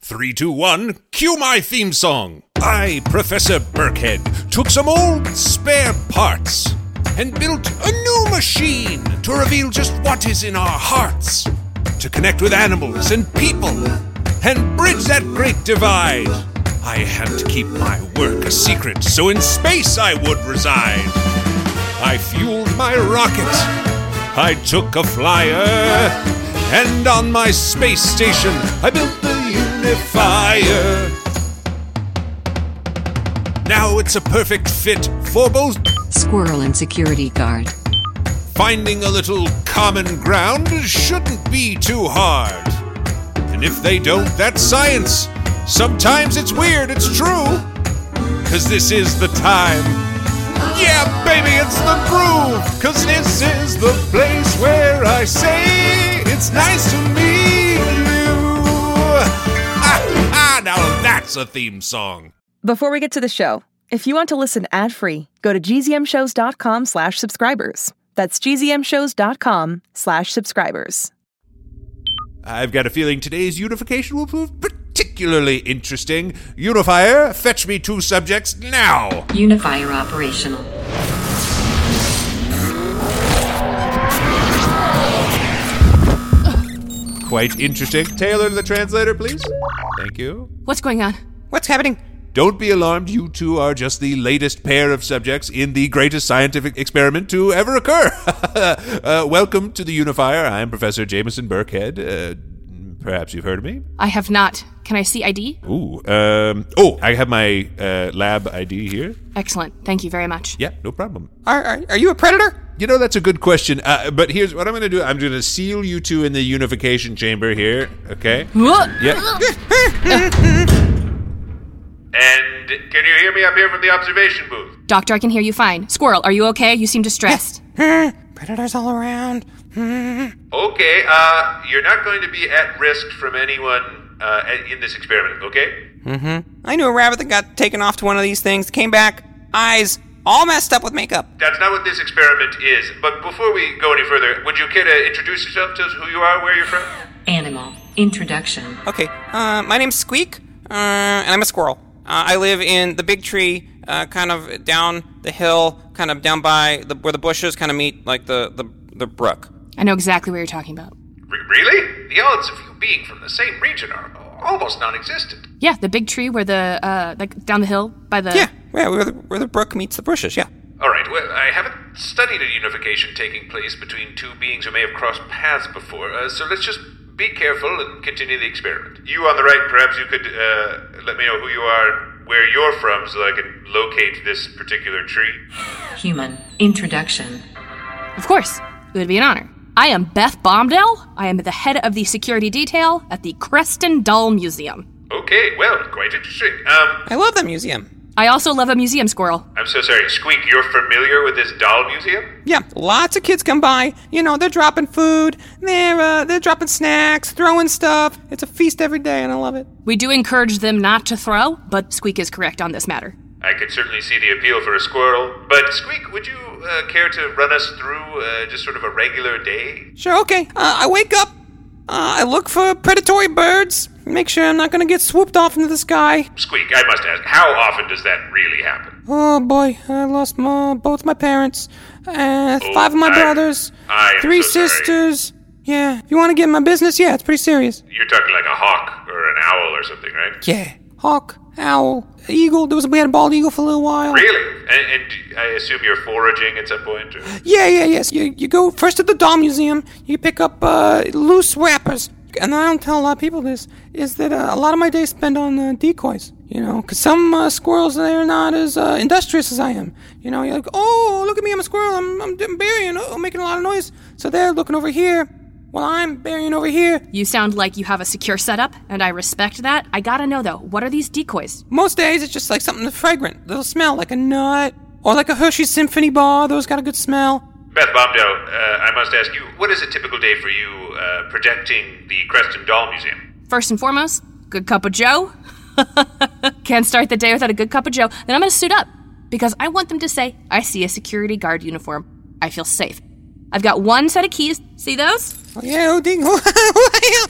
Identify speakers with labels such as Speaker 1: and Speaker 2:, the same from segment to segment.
Speaker 1: Three, two, one, cue my theme song. I, Professor Burkhead, took some old spare parts and built a new machine to reveal just what is in our hearts, to connect with animals and people, and bridge that great divide. I had to keep my work a secret, so in space I would reside. I fueled my rocket. I took a flyer. And on my space station, I built the unifier. Now it's a perfect fit for both
Speaker 2: Squirrel and security guard.
Speaker 1: Finding a little common ground shouldn't be too hard. And if they don't, that's science. Sometimes it's weird, it's true. Cause this is the time. Yeah, baby, it's the groove. Cause this is the place where I say it's nice to meet you. Ah, ah, now that's a theme song.
Speaker 3: Before we get to the show, if you want to listen ad-free, go to gzmshows.com slash subscribers. That's gzmshows.com slash subscribers.
Speaker 1: I've got a feeling today's unification will prove particularly interesting. Unifier, fetch me two subjects now.
Speaker 2: Unifier operational.
Speaker 1: Quite interesting. Taylor, the translator, please. Thank you.
Speaker 4: What's going on?
Speaker 5: What's happening?
Speaker 1: Don't be alarmed, you two are just the latest pair of subjects in the greatest scientific experiment to ever occur. uh, welcome to the Unifier. I'm Professor Jameson Burkhead. Uh, perhaps you've heard of me.
Speaker 4: I have not. Can I see ID?
Speaker 1: Ooh. Um, oh, I have my uh, lab ID here.
Speaker 4: Excellent. Thank you very much.
Speaker 1: Yeah, no problem.
Speaker 5: Are, are, are you a predator?
Speaker 1: You know, that's a good question. Uh, but here's what I'm going to do I'm going to seal you two in the unification chamber here, okay?
Speaker 4: Whoa!
Speaker 1: Yeah. And can you hear me up here from the observation booth?
Speaker 4: Doctor, I can hear you fine. Squirrel, are you okay? You seem distressed.
Speaker 5: Hmm, Predators all around. Hmm.
Speaker 6: Okay, uh, you're not going to be at risk from anyone uh, in this experiment, okay?
Speaker 5: I knew a rabbit that got taken off to one of these things, came back, eyes all messed up with makeup.
Speaker 6: That's not what this experiment is. But before we go any further, would you care to introduce yourself, tell us who you are, where you're from?
Speaker 2: Animal. Introduction.
Speaker 5: Okay, uh, my name's Squeak, uh, and I'm a squirrel. Uh, I live in the big tree, uh, kind of down the hill, kind of down by the, where the bushes kind of meet, like the, the, the brook.
Speaker 4: I know exactly what you're talking about.
Speaker 6: Re- really? The odds of you being from the same region are almost non existent.
Speaker 4: Yeah, the big tree where the uh like down the hill by the
Speaker 5: Yeah, yeah, where the, where the brook meets the bushes, yeah.
Speaker 6: All right, well, I haven't studied a unification taking place between two beings who may have crossed paths before, uh, so let's just be careful and continue the experiment. You on the right, perhaps you could uh, let me know who you are, where you're from, so I can locate this particular tree.
Speaker 2: Human. Introduction.
Speaker 4: Of course. It would be an honor. I am Beth Bombdell. I am the head of the security detail at the Creston Doll Museum.
Speaker 6: Okay, well, quite interesting. Um,
Speaker 5: I love that museum.
Speaker 4: I also love a museum squirrel.
Speaker 6: I'm so sorry, Squeak, you're familiar with this doll museum?
Speaker 5: Yeah, lots of kids come by. You know, they're dropping food, they're uh, they're dropping snacks, throwing stuff. It's a feast every day, and I love it.
Speaker 4: We do encourage them not to throw, but Squeak is correct on this matter.
Speaker 6: I could certainly see the appeal for a squirrel. But, Squeak, would you uh, care to run us through uh, just sort of a regular day?
Speaker 5: Sure, okay. Uh, I wake up. Uh, I look for predatory birds. Make sure I'm not gonna get swooped off into the sky.
Speaker 6: Squeak, I must ask, how often does that really happen?
Speaker 5: Oh boy, I lost my, both my parents, uh, five of my
Speaker 6: Oh, I-
Speaker 5: brothers,
Speaker 6: I am
Speaker 5: three
Speaker 6: so sorry.
Speaker 5: sisters. Yeah, if you want to get in my business, yeah, it's pretty serious.
Speaker 6: You're talking like a hawk or an owl or something, right?
Speaker 5: Yeah, hawk, owl, eagle. There was we had a bald eagle for a little while.
Speaker 6: Really? And, and I assume you're foraging at some point? Or...
Speaker 5: Yeah, yeah, yes. You you go first to the doll museum. You pick up uh, loose wrappers, and I don't tell a lot of people this. Is that uh, a lot of my days spent on uh, decoys? You know, 'cause some uh, squirrels they're not as uh, industrious as I am. You know, you're like, oh, look at me, I'm a squirrel. I'm I'm, I'm burying, oh, I'm making a lot of noise. So they're looking over here. Well, I'm burying over here.
Speaker 4: You sound like you have a secure setup, and I respect that. I gotta know though, what are these decoys?
Speaker 5: Most days it's just like something fragrant. Little smell like a nut or like a Hershey's Symphony bar. Those got a good smell.
Speaker 6: Beth Bombdell, uh, I must ask you, what is a typical day for you uh, protecting the Creston Doll Museum?
Speaker 4: First and foremost, good cup of Joe. Can't start the day without a good cup of Joe. Then I'm gonna suit up because I want them to say, I see a security guard uniform. I feel safe. I've got one set of keys. See those?
Speaker 5: Oh, yeah, oh ding.
Speaker 6: Oh,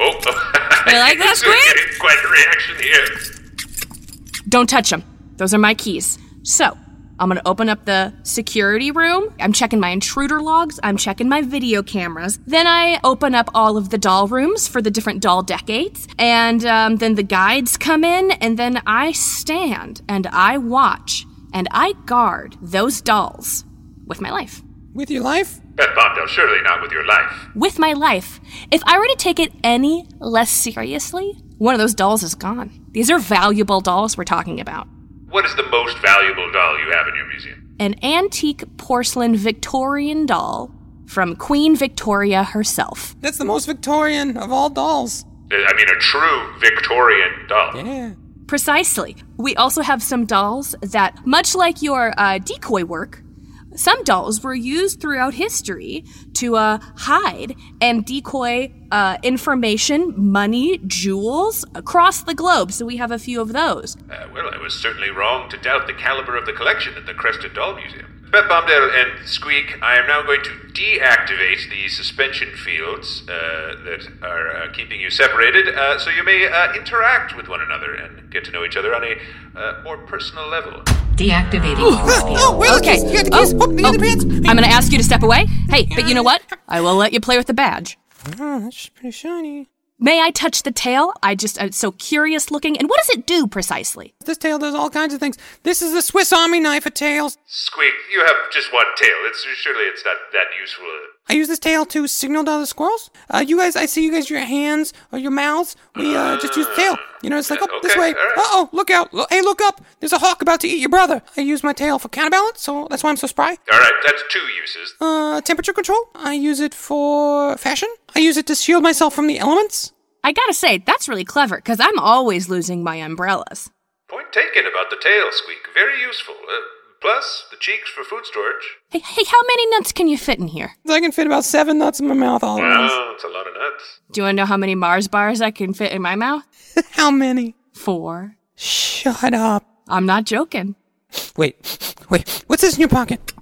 Speaker 4: You like that, Squid?
Speaker 6: Getting quite a reaction here.
Speaker 4: Don't touch them. Those are my keys. So, I'm gonna open up the security room. I'm checking my intruder logs. I'm checking my video cameras. Then I open up all of the doll rooms for the different doll decades. And um, then the guides come in, and then I stand and I watch and I guard those dolls with my life.
Speaker 5: With your life?
Speaker 6: Beth Bombadil, surely not with your life.
Speaker 4: With my life. If I were to take it any less seriously, one of those dolls is gone. These are valuable dolls we're talking about.
Speaker 6: What is the most valuable doll you have in your museum?
Speaker 4: an antique porcelain Victorian doll from Queen Victoria herself.
Speaker 5: That's the most Victorian of all dolls.
Speaker 6: Uh, I mean, a true Victorian doll.
Speaker 5: Yeah.
Speaker 4: Precisely. We also have some dolls that, much like your uh, decoy work, some dolls were used throughout history to uh, hide and decoy uh, information, money, jewels across the globe. So we have a few of those.
Speaker 6: Uh, well, I was certainly wrong to doubt the caliber of the collection at the Crested Doll Museum. Beth Bombadil and Squeak, I am now going to deactivate the suspension fields uh, that are uh, keeping you separated, uh, so you may uh, interact with one another and get to know each other on a uh, more personal level.
Speaker 2: Deactivating.
Speaker 5: Oh, wait,
Speaker 4: Okay.
Speaker 5: You got the keys. Oh, you got the pants.
Speaker 4: I'm going to ask you to step away. Hey, but you know what? I will let you play with the badge.
Speaker 5: Oh, that's pretty shiny.
Speaker 4: May I touch the tail? I just, it's so curious looking. And what does it do precisely?
Speaker 5: This tail does all kinds of things. This is the Swiss Army knife of tails.
Speaker 6: Squeak, you have just one tail. It's surely it's not that useful.
Speaker 5: I use this tail to signal to other squirrels. Uh, you guys, I see you guys, your hands or your mouths. We uh, just use the tail. You know, it's like, oh, this
Speaker 6: Okay,
Speaker 5: way.
Speaker 6: all right.
Speaker 5: Uh oh, look out. Lo- Hey, look up. There's a hawk about to eat your brother. I use my tail for counterbalance, so that's why I'm so spry.
Speaker 6: All right, that's two uses.
Speaker 5: Uh, temperature control. I use it for fashion. I use it to shield myself from the elements.
Speaker 4: I gotta say, that's really clever, because I'm always losing my umbrellas.
Speaker 6: Point taken about the tail, Squeak. Very useful. Uh, plus, the cheeks for food storage.
Speaker 4: Hey, hey, how many nuts can you fit in here?
Speaker 5: I can fit about seven nuts in my mouth all at once.
Speaker 6: Wow, Oh, it's a lot of nuts.
Speaker 4: Do you wanna know how many Mars bars I can fit in my mouth?
Speaker 5: How many?
Speaker 4: Four.
Speaker 5: Shut up.
Speaker 4: I'm not joking.
Speaker 5: Wait, wait. What's this in your pocket?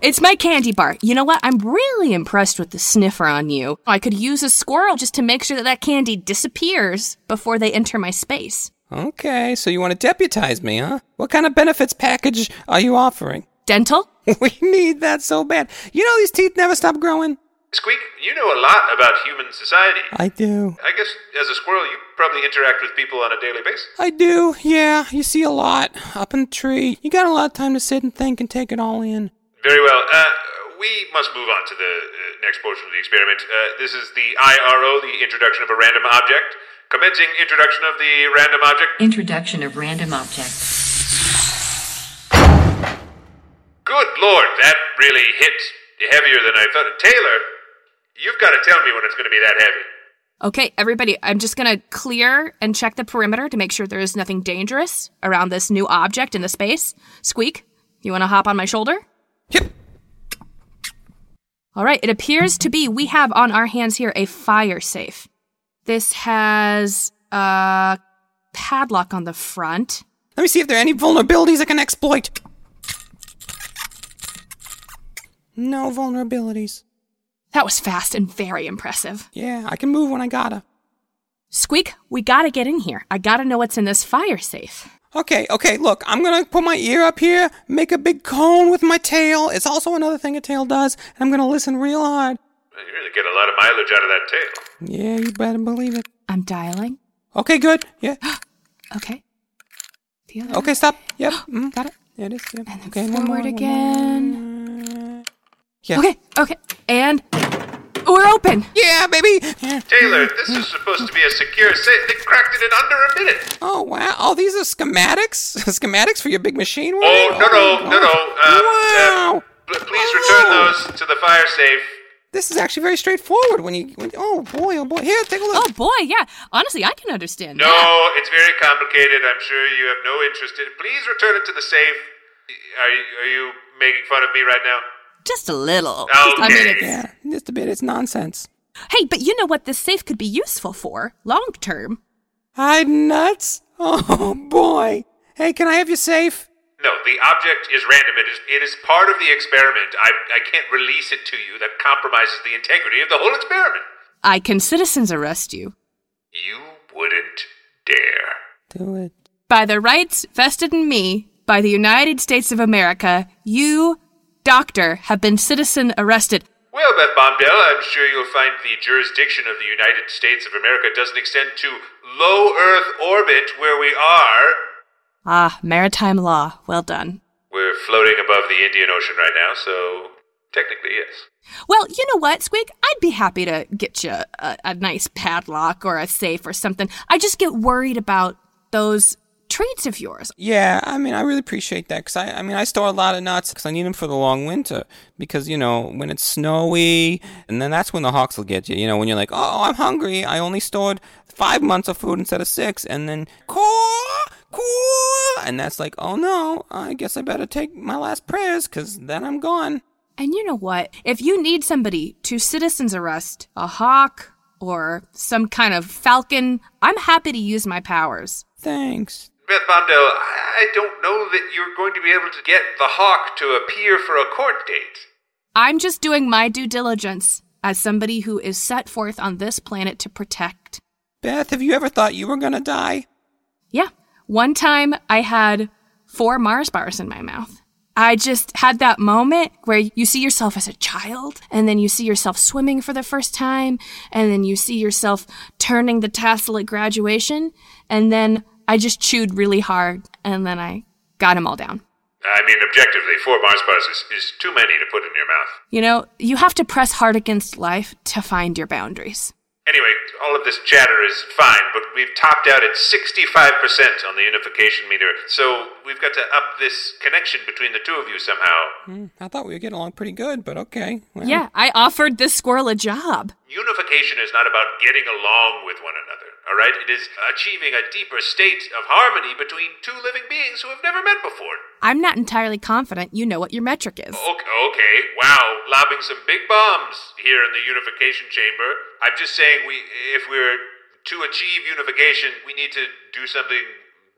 Speaker 4: It's my candy bar. You know what? I'm really impressed with the sniffer on you. I could use a squirrel just to make sure that that candy disappears before they enter my space.
Speaker 5: Okay, so you want to deputize me, huh? What kind of benefits package are you offering?
Speaker 4: Dental?
Speaker 5: We need that so bad. You know these teeth never stop growing.
Speaker 6: Squeak, you know a lot about human society.
Speaker 5: I do.
Speaker 6: I guess as a squirrel, you probably interact with people on a daily basis.
Speaker 5: I do. Yeah, you see a lot up in the tree. You got a lot of time to sit and think and take it all in.
Speaker 6: Very well. Uh, we must move on to the uh, next portion of the experiment. Uh, this is the IRO, the introduction of a random object. Commencing introduction of the random object.
Speaker 2: Introduction of random object.
Speaker 6: Good lord, that really hit heavier than I thought. Taylor, you've got to tell me when it's going to be that heavy.
Speaker 4: Okay, everybody, I'm just gonna clear and check the perimeter to make sure there is nothing dangerous around this new object in the space. Squeak, you wanna hop on my shoulder?
Speaker 5: Yep.
Speaker 4: All right, it appears to be we have on our hands here a fire safe. This has a padlock on the front.
Speaker 5: Let me see if there are any vulnerabilities I can exploit. No vulnerabilities.
Speaker 4: That was fast and very impressive.
Speaker 5: Yeah, I can move when I gotta.
Speaker 4: Squeak, we gotta get in here. I gotta know what's in this fire safe.
Speaker 5: Okay, okay, look, I'm gonna put my ear up here, make a big cone with my tail. It's also another thing a tail does, and I'm gonna listen real hard.
Speaker 6: Well, You really get a lot of mileage out of that tail.
Speaker 5: Yeah, you better believe it.
Speaker 4: I'm dialing.
Speaker 5: Okay, good. Yeah.
Speaker 4: Okay. The other
Speaker 5: Okay, stop. Yep. Mm.
Speaker 4: Got it.
Speaker 5: There it is. Yep.
Speaker 4: And then
Speaker 5: okay, one
Speaker 4: forward
Speaker 5: more, one more.
Speaker 4: again.
Speaker 5: Yeah.
Speaker 4: Okay, okay. And we're open.
Speaker 5: Yeah, baby. Yeah.
Speaker 6: Taylor, this is supposed to be a secure safe. They cracked it in under a minute.
Speaker 5: Oh wow! Oh, these are schematics. schematics for your big machine. World?
Speaker 6: Oh, no, no, no, no. Uh,
Speaker 5: wow!
Speaker 6: uh, pl- please return those to the fire safe.
Speaker 5: This is actually very straightforward. When you, when, oh boy, oh boy. Here, take a look.
Speaker 4: Oh boy, yeah. Honestly, I can understand.
Speaker 6: No,
Speaker 4: that.
Speaker 6: it's very complicated. I'm sure you have no interest in it. Please return it to the safe. Are you, are you making fun of me right now?
Speaker 4: Just a little.
Speaker 6: Okay.
Speaker 4: I mean, it's,
Speaker 5: Yeah, just a bit. It's nonsense.
Speaker 4: Hey, but you know what this safe could be useful for long term?
Speaker 5: I'm nuts. Oh boy. Hey, can I have your safe?
Speaker 6: No, the object is random. It is, it is part of the experiment. I, I can't release it to you. That compromises the integrity of the whole experiment.
Speaker 4: I can citizens arrest you.
Speaker 6: You wouldn't dare.
Speaker 5: Do it.
Speaker 4: By the rights vested in me by the United States of America, you, doctor, have been citizen arrested.
Speaker 6: Well, Beth Bombdell, I'm sure you'll find the jurisdiction of the United States of America doesn't extend to low Earth orbit where we are.
Speaker 4: Ah, maritime law. Well done.
Speaker 6: We're floating above the Indian Ocean right now, so technically, yes.
Speaker 4: Well, you know what, Squig? I'd be happy to get you a, a nice padlock or a safe or something. I just get worried about those traits of yours.
Speaker 5: Yeah, I mean, I really appreciate that because I, I mean, I store a lot of nuts because I need them for the long winter. Because you know, when it's snowy, and then that's when the hawks will get you. You know, when you're like, oh, I'm hungry. I only stored five months of food instead of six, and then caw, caw, and that's like, oh no, I guess I better take my last prayers because then I'm gone.
Speaker 4: And you know what? If you need somebody to citizens arrest a hawk or some kind of falcon, I'm happy to use my powers.
Speaker 5: Thanks.
Speaker 6: Beth Bombdell, I I don't know that you're going to be able to get the hawk to appear for a court date.
Speaker 4: I'm just doing my due diligence as somebody who is set forth on this planet to protect.
Speaker 5: Beth, have you ever thought you were gonna die?
Speaker 4: Yeah. One time I had four Mars bars in my mouth. I just had that moment where you see yourself as a child, and then you see yourself swimming for the first time, and then you see yourself turning the tassel at graduation, and then I just chewed really hard, and then I got them all down.
Speaker 6: I mean, objectively, four Mars bars is, is too many to put in your mouth.
Speaker 4: You know, you have to press hard against life to find your boundaries.
Speaker 6: Anyway, all of this chatter is fine, but we've topped out at 65% on the unification meter, so we've got to up this connection between the two of you somehow.
Speaker 5: Mm, I thought we were getting along pretty good, but okay. Well,
Speaker 4: Yeah, I offered this squirrel a job.
Speaker 6: Unification is not about getting along with one another, alright? It is achieving a deeper state of harmony between two living beings who have never met before.
Speaker 4: I'm not entirely confident you know what your metric is.
Speaker 6: Okay, okay, wow, lobbing some big bombs here in the unification chamber. I'm just saying, we, if we're to achieve unification, we need to do something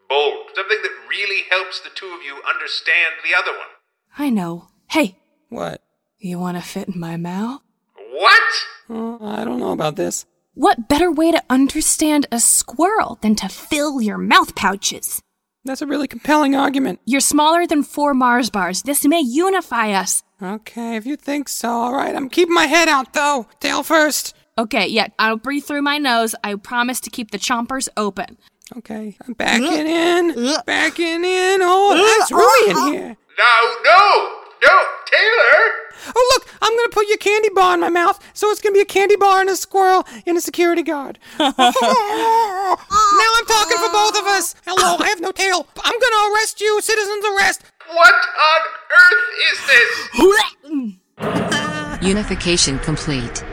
Speaker 6: bold, something that really helps the two of you understand the other one.
Speaker 4: I know. Hey,
Speaker 5: What?
Speaker 4: you want to fit in my mouth?
Speaker 6: What?
Speaker 5: Oh, I don't know about this.
Speaker 4: What better way to understand a squirrel than to fill your mouth pouches?
Speaker 5: That's a really compelling argument.
Speaker 4: You're smaller than four Mars bars. This may unify us.
Speaker 5: Okay, if you think so, all right. I'm keeping my head out though. Tail first.
Speaker 4: Okay, yeah, I'll breathe through my nose. I promise to keep the chompers open.
Speaker 5: Okay, I'm backing in, backing in. Oh, that's right in here.
Speaker 6: No, no, no, Taylor!
Speaker 5: Oh, look, I'm gonna put your candy bar in my mouth, so it's gonna be a candy bar and a squirrel and a security guard. now I'm talking for both of us. Hello, I have no tail. I'm gonna arrest you, citizens arrest.
Speaker 6: What on earth is this?
Speaker 2: Unification complete.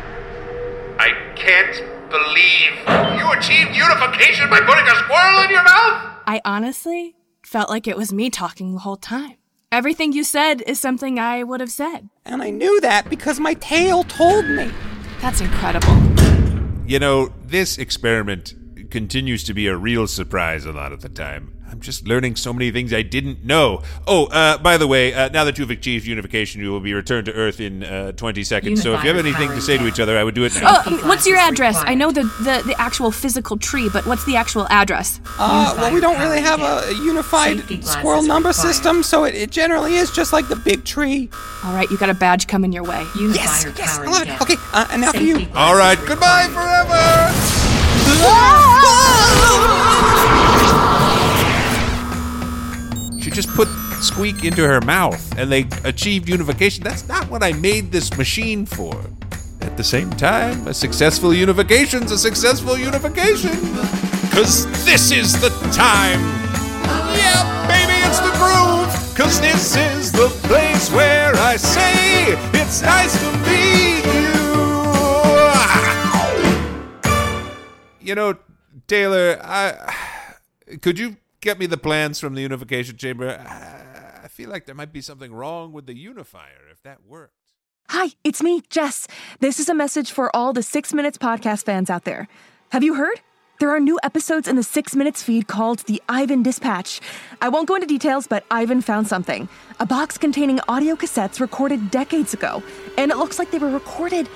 Speaker 6: I can't believe you achieved unification by putting a squirrel in your mouth?
Speaker 4: I honestly felt like it was me talking the whole time. Everything you said is something I would have said.
Speaker 5: And I knew that because my tail told me.
Speaker 4: That's incredible.
Speaker 1: You know, this experiment continues to be a real surprise a lot of the time. I'm just learning so many things I didn't know. Oh, uh, by the way, uh, now that you've achieved unification, you will be returned to Earth in uh, 20 seconds. so if you have
Speaker 2: Unified
Speaker 1: anything to
Speaker 2: powers.
Speaker 1: say to each other, I would do it now.
Speaker 4: Oh, what's your address? I know the, the, the actual physical tree, but what's the actual address?
Speaker 5: Uh, well, we don't
Speaker 2: Unified
Speaker 5: really have a
Speaker 2: package. Safety
Speaker 5: unified
Speaker 2: glasses
Speaker 5: squirrel number
Speaker 2: required.
Speaker 5: system, so it, it generally is just like the big tree.
Speaker 4: All right, you got a badge coming your way.
Speaker 2: Unifier
Speaker 5: Yes, yes,
Speaker 2: power
Speaker 5: I love it.
Speaker 2: gap.
Speaker 5: Okay, uh, and now for you.
Speaker 2: Safety
Speaker 1: All right,
Speaker 2: glasses
Speaker 1: goodbye
Speaker 2: required.
Speaker 1: forever! She just put Squeak into her mouth and they achieved unification. That's not what I made this machine for. At the same time, a successful unification's a successful unification. Cause this is the time. Yeah, baby, it's the groove. Cause this is the place where I say it's nice to meet you. You know, Taylor, I could you get me the plans from the unification chamber? I feel like there might be something wrong with the unifier if that worked.
Speaker 3: Hi, it's me, Jess. This is a message for all the Six Minutes podcast fans out there. Have you heard? There are new episodes in the Six Minutes feed called the Ivan Dispatch. I won't go into details, but Ivan found something a box containing audio cassettes recorded decades ago, and it looks like they were recorded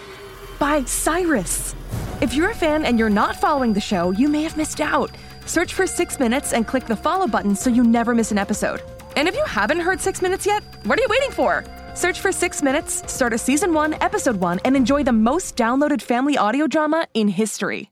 Speaker 3: by Cyrus. If you're a fan and you're not following the show, you may have missed out. Search for Six Minutes and click the follow button so you never miss an episode. And if you haven't heard Six Minutes yet, what are you waiting for? Search for Six Minutes, start a season one, episode one, and enjoy the most downloaded family audio drama in history.